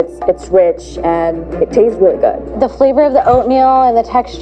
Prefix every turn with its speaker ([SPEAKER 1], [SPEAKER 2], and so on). [SPEAKER 1] It's, it's rich and it tastes really good.
[SPEAKER 2] The flavor of the oatmeal and the texture